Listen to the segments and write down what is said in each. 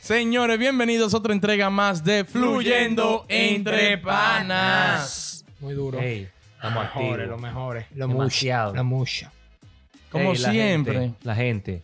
Señores, bienvenidos a otra entrega más de Fluyendo Entre Panas. Muy duro. Ey, Los estamos mejores, activos. los mejores. Lo Demasiado. mucho. Lo mucho. Como Ey, la siempre. gente, la gente.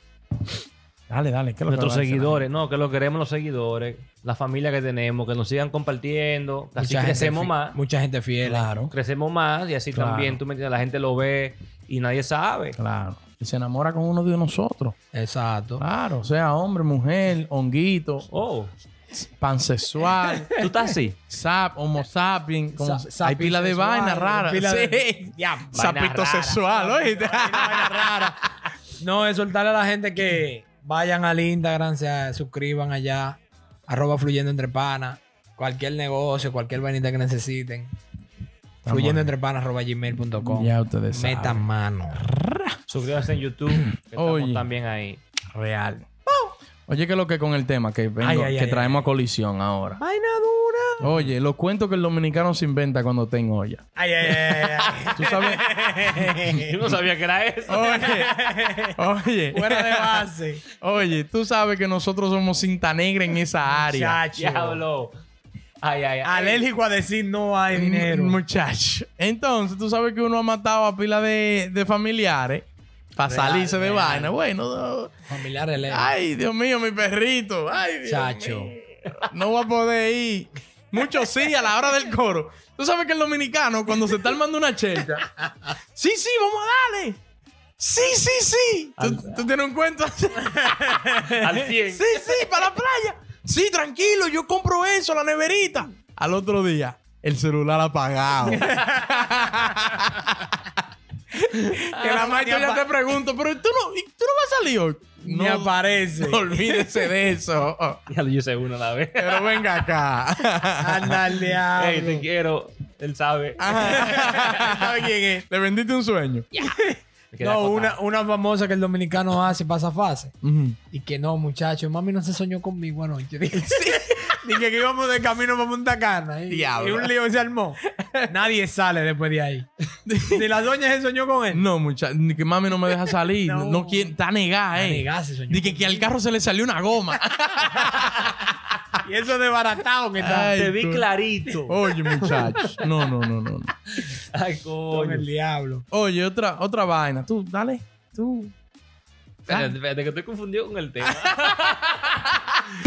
Dale, dale, que Nuestros seguidores. No, que lo queremos los seguidores. La familia que tenemos. Que nos sigan compartiendo. que Así Mucha gente crecemos fi- más. Mucha gente fiel. Claro, Crecemos más. Y así Claro. también, tú me entiendes, la gente lo ve y nadie sabe. claro. Y se enamora con uno de nosotros. Exacto. Claro, sea hombre, mujer, honguito, Oh, pansexual, tú estás así. sap, homo sapiens. como- Sa- hay sapi- pila de sexual, vainas raras. pila Sí. de- Ya, Vaina Sapito rara. sexual, oíste. No, exhortarle a la gente que vayan al Instagram, se suscriban allá, arroba fluyendo entre panas, cualquier negocio, cualquier vainita que necesiten. fluyendo entre panas, arroba gmail.com. Ya ustedes saben. Metan mano. Suscríbanse en YouTube. Que Oye. estamos también ahí. Real. Oh. Oye, que lo que con el tema que, vengo- Ay, ay, que ay, traemos a colisión ahora. Vaina dura. Oye, los cuentos que el dominicano se inventa cuando está en olla. Ay, ay, ay, ay. ¿Tú sabes? Eh, Yo no sabía oh, que era eso. Oye, oye. Fuera de base. Oye, tú sabes que nosotros somos cinta negra en esa área. Chacho. Diablo. Ay, ay, ay. Alérgico a decir no hay dinero. Mm, Muchacho. Entonces, tú sabes que uno ha matado a pila de, de familiares para Real, salirse de real. vaina. Bueno, no. Familiar alérgico. ay, Dios mío, mi perrito. Ay, Dios Chacho. mío. No voy a poder ir. Mucho sí a la hora del coro. Tú sabes que el dominicano, cuando se está armando una chelcha, sí, sí, vamos a darle. Sí, sí, sí. Tú, tú tienes un cuento así. Al 100. Sí, sí, para la playa. Sí, tranquilo, yo compro eso, la neverita. Al otro día, el celular apagado. que la maestra ya te pregunto, pero ¿tú no, y tú no vas a salir hoy? Ni No, aparece. olvídese de eso. Ya lo hice una a la vez. Pero venga acá. Anda al diablo. Ey, te quiero. Él sabe. Ah, ¿Sabe quién es? Le vendiste un sueño. Me quería No, contar. una, una famosa que el dominicano hace pasa fase. Ujú. Y que no, muchacho, mami no se soñó conmigo anoche. Dije, Dije que íbamos de camino para Punta Cana. Y, Diablo. y un lío se armó. Nadie sale después de ahí. Si la doña se soñó con él. No, muchachos, que mami no me deja salir. no. No. quiere, está negada, eh. Negá, se soñó Di que, que al carro se le salió una goma. conmigo. Y eso desbaratado que está. Ay, Te vi tú- Oh. clarito. Oye, muchachos. No, no, no, no. no. Ay, Con coño. el diablo. Oye, otra, otra vaina. Tú, dale. Tú. Ah. Espérate, espérate, que estoy confundido con el tema.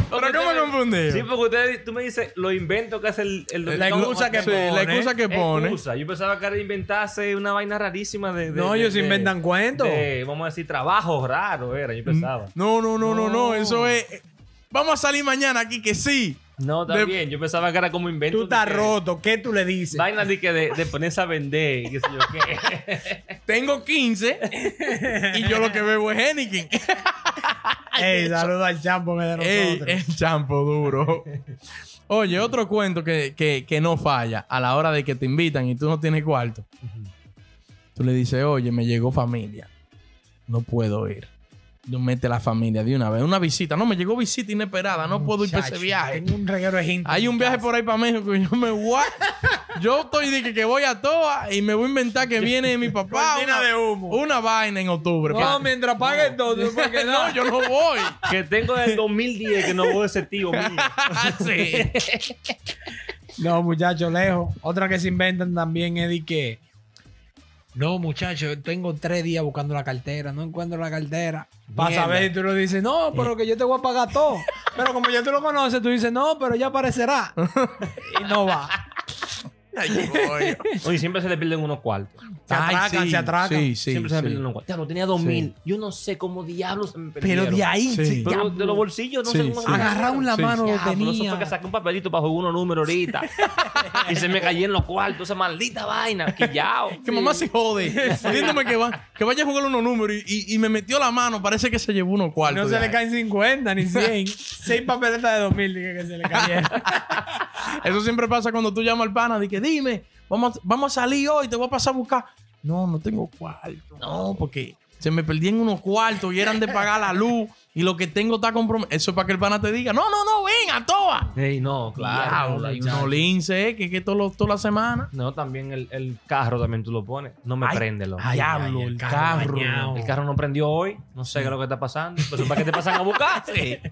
Pero ¿cómo confundido? Sí, porque ustedes, tú me dices los inventos que hace el... el La excusa que Sí, pone. La excusa que pone. Excusa. Yo pensaba que era inventarse una vaina rarísima de... de- No, de- ellos de- inventan cuentos. de, vamos a decir, trabajo raro era, yo pensaba. No, no, no, no, no. No. Eso es. eh, Vamos a salir mañana aquí que sí. Mm. No, De- también. Yo pensaba que era como invento Tú estás de que- roto. ¿Qué tú le dices? Vaina de, que de, de ponerse a vender y qué sé yo qué. Tengo 15 y yo lo que bebo es Henneken. eh, Ey, saludo al champo que de Ey, nosotros. el champo duro. Oye, otro cuento que, que- que no falla a la hora de que te invitan y tú no tienes cuarto. Tú le dices, oye, me llegó familia. No puedo ir. Tú mete la familia de una vez. Una visita. No, me llegó visita inesperada. No puedo ir para ese Muchacho, viaje. Tengo un reguero de gente. Hay un viaje por ahí para México y yo me voy. Yo estoy de que, que voy a Toa y me voy a inventar que viene mi papá. Cortina una, de humo. una vaina en octubre. No, pa- mientras pague todo. Porque no, no, yo no voy. que tengo desde 2010 que no voy a ese tío mío. Sí. no muchachos, lejos. Otra que se inventan también es de que. No, muchachos, tengo tres días buscando la cartera. No encuentro la cartera. Para Mierda. saber, y tú le dices, no, pero Eh. que yo te voy a pagar todo. Pero como ya tú lo conoces, tú dices, no, pero ya aparecerá. y no va. Ay, coño. Oye, siempre se le pierden unos cuartos. Se atracan, se atracan. Sí, sí, siempre se me sí. pierden los cuartos. Ya lo tenía 2000. Yo no sé cómo diablos se me perdieron. Pero de ahí, Sí. sí, Pero ya. de los bolsillos no Sí, sé sí. cómo se me agarraron la Sí, mano, lo Diablo, eso fue tenía. que saqué un papelito para jugar unos números ahorita. y se me cayó en los cuartos. Esa maldita vaina. Quillao. Que mamá se jode. Diciéndome que, va, que vaya a jugar unos números y, y- y me metió la mano. Parece que se llevó unos cuartos. No de se ahí. le caen 50 ni 100. Seis papeletas de 2000 dije que se le cayeron. Eso siempre pasa cuando tú llamas al pana. Dije, dime, vamos, vamos a salir hoy, te voy a pasar a buscar. No, no tengo cuarto. No, porque se me perdían unos cuartos y eran de pagar la luz. y lo que tengo está comprometido. Eso es para que el pana te diga, no, no, no, ven a toa. Ey, no, claro. Diablo, no, hay muchacho. unos lince, eh, que que todo lo- toda la semana. No, también el, el carro también tú lo pones. No me Ay, prende, loco. ay, Diablo, el carro. dañado. El carro no prendió hoy. No sé qué es lo que está pasando. Pero ¿para qué te pasan a buscar?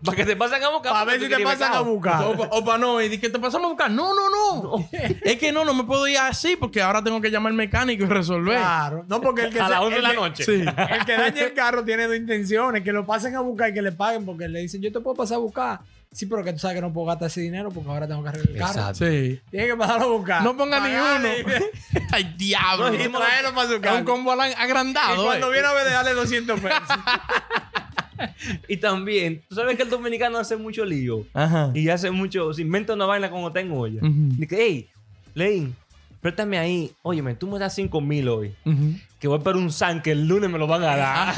¿Para qué te pasan a buscar? Para ver si te pasan a buscar. O, pa- o para no, y di que te pasamos a buscar. No, no, no. Es que no, no me puedo ir así porque ahora tengo que llamar al mecánico y resolver. Claro. No, porque el que A se- las 11 de el la que- noche. Sí. El que daña el carro tiene dos intenciones: que lo pasen a buscar y que le paguen, porque le dicen, yo te puedo pasar a buscar. Sí, pero que tú sabes que no puedo gastar ese dinero porque ahora tengo que arreglar el carro. Exacto. Sí. Tiene que pasarlo a buscar. No ponga ni Pagarle. uno. Ay, diablo. No, y traerlo para su Es un casa. combo ala- Y agrandado. cuando eh. viene a ver, dale 200 pesos. Y también, tú sabes que el dominicano hace mucho lío. Ajá. Y hace mucho, se inventa una vaina como tengo olla. Ujú. Dice, hey, Lane, préstame ahí. Óyeme, tú me das 5 mil hoy. Ujú. Que voy para un san que el lunes me lo van a dar.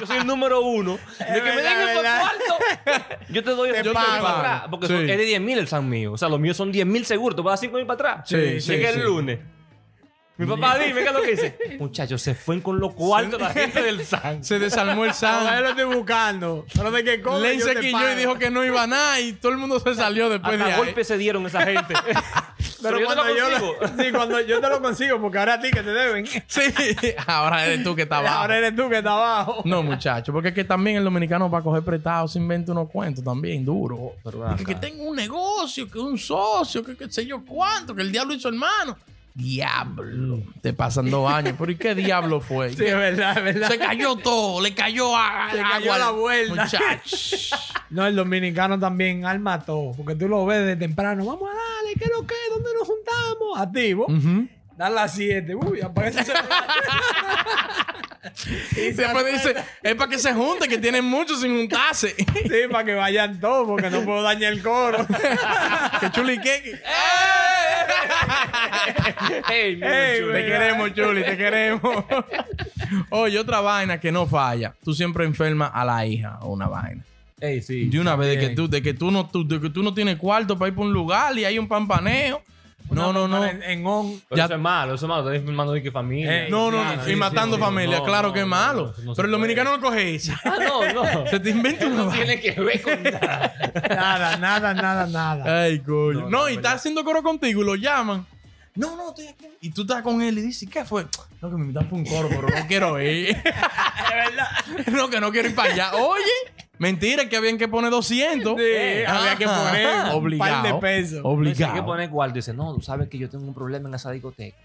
yo soy el número uno. De que me verdad, den esos verdad. cuartos, yo te doy Te esos yo pago. para atrás. Porque Sí. son- es de 10 mil el san mío. O sea, los míos son 10 mil seguros. Te voy a dar 5 mil para atrás. Sí, sí, Llega sí. el lunes. Mi papá dime qué es lo que dice. Muchachos, se fue con los cuartos la gente del san. Se desarmó el Ahora san. lo estoy buscando. Solo de que come. Lane yo se te quilló pago. y dijo que no iba a nada y todo el mundo se salió después de Hasta ahí. golpes se dieron esa gente. Pero, yo te lo cuando yo, consigo. lo, sí, cuando yo te lo consigo, porque ahora a ti que te deben. Sí, ahora eres tú que estás abajo. Mm. Ahora eres tú que está abajo. No, muchacho, porque es que también el dominicano para coger prestado se inventa unos cuentos también, duro. pero ven Que, que acá. tengo un negocio, que un socio, que qué sé yo cuánto, que el diablo hizo hermano. Diablo, te pasan dos años. ¿Pero y qué diablo fue? Sí, es verdad, es verdad. Se cayó todo, le cayó a, Se cayó agua al- la vuelta. Muchacho. No, el dominicano también alma todo. Porque tú lo ves de temprano. Vamos a darle, ¿qué es lo que? ¿Dónde nos juntamos? Activo. Ujú. Dan las 7. Uy, aparece ese Y después dice, es para que se junten, que tienen muchos sin juntarse. Sí, para que vayan todos, porque no puedo dañar el coro. que chuli que. Ey, mi ¡Eh! Ey, chulo. Te queremos, Chuli, te queremos. Oye, otra vaina que no falla. Tú siempre enfermas a la hija o una vaina. Ey, sí. De una vez de que también. tú, de que tú no, tú- de que tú no tienes cuarto para ir para un lugar y hay un pampaneo. No, no, no. En, en on. Pero Ya- eso es malo, eso es malo. Estás filmando de que familia. Ey, No, no, Claro, no, sí, y matando eh, sí, familia, no, claro no, que es no, malo. no, no se Pero el puede. dominicano no coge esa. Ah, no, no. Se te inventa una no vaina. tiene que ver con nada. Nada, nada, nada, nada. Ay, coño. No, No, no, y no, está ya. haciendo coro contigo y lo llaman. No, no, estoy aquí. Y tú estás con él y dices, ¿qué fue? No, que me invitan para un coro, pero no quiero ir. no, que no quiero ir para allá. Oye, mentira, es que habían que poner 200. Sí, había que Ajá. poner un par de Obligado. pesos. Obligado. Hay que poner cuarto. Dice, no, tú sabes que yo tengo un problema en esa discoteca.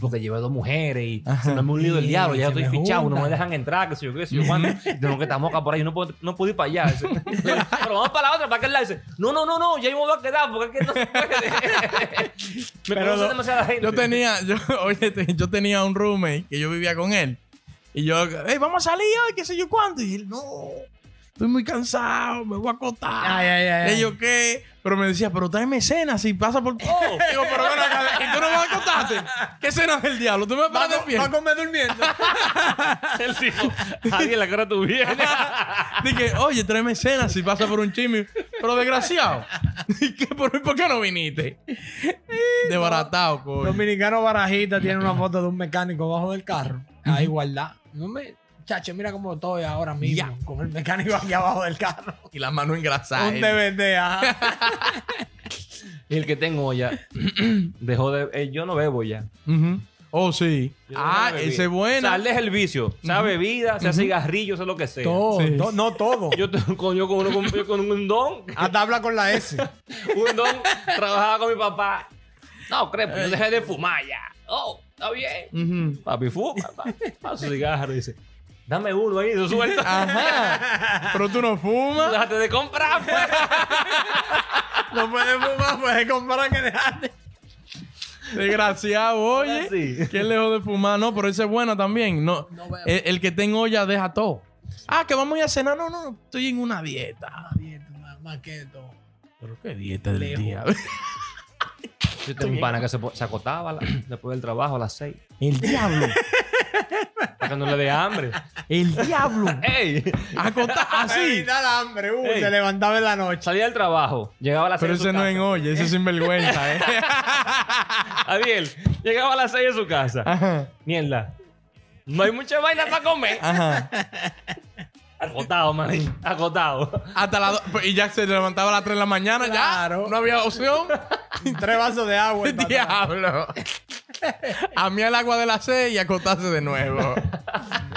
Porque llevé dos mujeres y Ajá. se me ha unido el Sí, diablo. Ya se estoy me fichado, no juntan. me dejan entrar, que sé yo qué, sé yo cuándo. Y Tengo que estar moca por ahí, no puedo, no puedo ir para allá. Dice, Pero vamos para la otra, para aquel lado. Dice, no, no, no, no, ya yo me voy a quedar porque es que no se puede. me Pero conoce lo- demasiada gente. Yo tenía, yo, oye, te- yo tenía un roommate que yo vivía con él. Y yo, hey, vamos a salir hoy, qué sé yo cuánto. Y él, no, estoy muy cansado, me voy a acotar. Ay, ay, ay. Y yo, ¿qué? Pero me decía, pero tráeme cena si pasa por todo. Digo, pero ven acá, ¿y tú no vas a acostarte? ¿Qué cena del diablo? ¿Tú me Va paras de a pie? co- va a comer durmiendo. El tipo, Javier, la cara tú vienes. Dije, oye, tráeme cena si pasa por un chisme. Pero desgraciado. ¿Y qué? ¿Por, ¿Por qué no viniste? Desbaratado, coño. Dominicano Barajita tiene una foto de un mecánico bajo del carro. Ahí guardada. No me. Chacho, mira cómo estoy ahora mismo. Ya. Con el mecánico aquí abajo del carro. Y las manos engrasadas. Un DVD, ajá. Y el que tengo ya dejó de. eh, yo no bebo ya. Ujú. Oh, sí. Yo dejé Ah, la bebida. ese es O sea, bueno. él deja el vicio. Sea bebida, sea cigarrillo, sea lo que sea. Todo, Sí. todo- no todo. Yo, te- con, yo, con, uno- con- yo con un don, Hasta habla con la S. un don, trabajaba con mi papá. No, crepo, yo dejé de fumar ya. Oh, está bien. Ujú. Papi fuma, pa, pa su cigarro. Dice, dame uno ahí, lo suelta. Ah. Ajá. Pero tú no Tú fumas. Déjate de comprar. pues. No puedes fumar, puedes comprar que dejaste. Desgraciado, oye. Sí. Qué lejos de fumar. No, pero ese es bueno también. No, e, No veo. el, el que tenga olla deja todo. Ah, que vamos a ir a cenar. No, no, no. Estoy en una dieta. Más, más que todo. Pero qué dieta del Lejos. diablo. Yo tengo un pana que se, po- se acotaba a la- después del trabajo a las seis. El diablo. Para que no le dé hambre. El diablo. ¡Ey! Acota- así. Evitar hambre, uh, Ey. se levantaba en la noche. Salía del trabajo, llegaba a las Pero seis. de ese su no casa. es en olla, ese es sinvergüenza, ¿eh? Adiel, llegaba a las 6 de su Ah. casa. Ajá. Ah. Mierda. No hay mucha vaina para comer. Ajá. Agotado, manín. Agotado. Hasta la do- y ya se levantaba a las 3 de la mañana, Claro. ya. No había opción. Tres vasos de agua. y pa' atrás. Diablo. A mí el agua de la sed y acotarse de nuevo.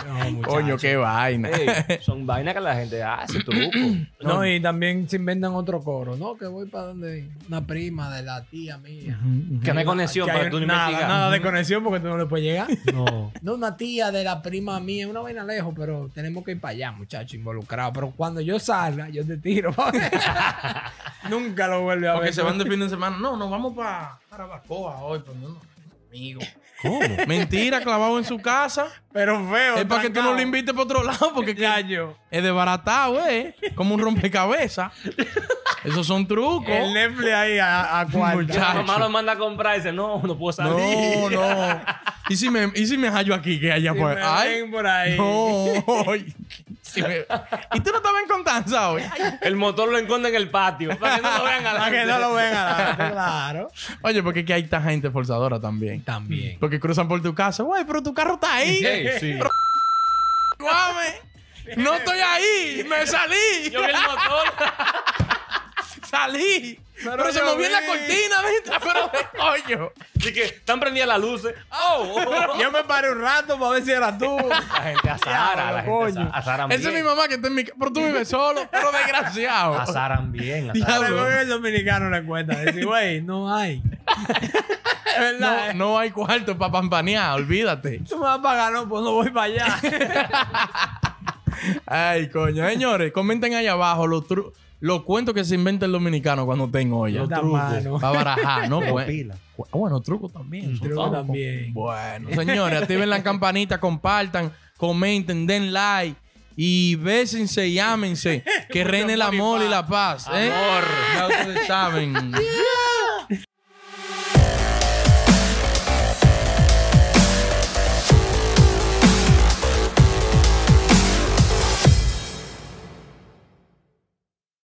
No, muchacho. Coño, qué vaina. Ey, son vainas que la gente hace, truco. No, y también se inventan otro coro, ¿no? Que voy para donde una prima de la tía mía. Que no hay conexión Que hay- para tú ni nada, investigar. nada de conexión porque tú no le puedes llegar. No. No, una tía de la prima mía, una vaina lejos, pero tenemos que ir para allá, muchacho, involucrado. Pero cuando yo salga, yo te tiro. Nunca lo vuelve a Porque ver. se van de fin de semana. No, nos vamos para Carabacoa hoy, pero no, no, amigo. ¿Cómo? Mentira, clavado en su casa. Pero feo. Es para que tú no lo trancado. invites para otro lado, porque es que Yayo, es desbaratado, güey. Como un rompecabezas. Esos son trucos. El Netflix ahí a, a cuarta. Muchacho. La mamá lo manda a comprar y dice, no, no puedo salir. No, no. ¿Y si me, y si me hallo aquí, que allá Si pues? me Ay, ven por ahí. no. Ay, si me- ¿Y tú no estabas en Constanza hoy? Ay. El motor lo encuentra en el patio. Para que no lo vean a la Para que no lo vean a la- Claro. Oye, porque es que hay esta gente forzadora también. También. Porque cruzan por tu casa. Güey, pero tu carro está ahí. sí. Guame. No estoy ahí. Me salí. Yo vi el motor. Salí. Pero, Pero se yo movió vi. la cortina. ¿viste? Pero, coño. Así que están prendidas las luces. ¡Oh! Yo me paré un rato para ver si era tú. La gente azaran, la Diablo, gente coño. azaran bien. Esa es mi mamá que está en mi casa. Pero tú vives solo. Pero desgraciado. Azaran bien, azaran. Diablo. Ahora que el dominicano le cuenta. Decir, güey, no hay. es verdad. No, no hay cuarto para pampanear. Olvídate. Tú me vas a pagar, no, pues no voy para allá. Ay, coño. Señores, comenten ahí abajo los, tru- los cuentos que se inventa el dominicano cuando tengo olla. Los Da trucos. mano. Para barajar, ¿no? Con Pues- pila. Ah, Bueno, truco también. son Truco trucos. también. Bueno, señores, activen la campanita, compartan, comenten, den like y bésense y ámense. Que reine el amor y la paz. ¿eh? Amor. Ya ustedes saben.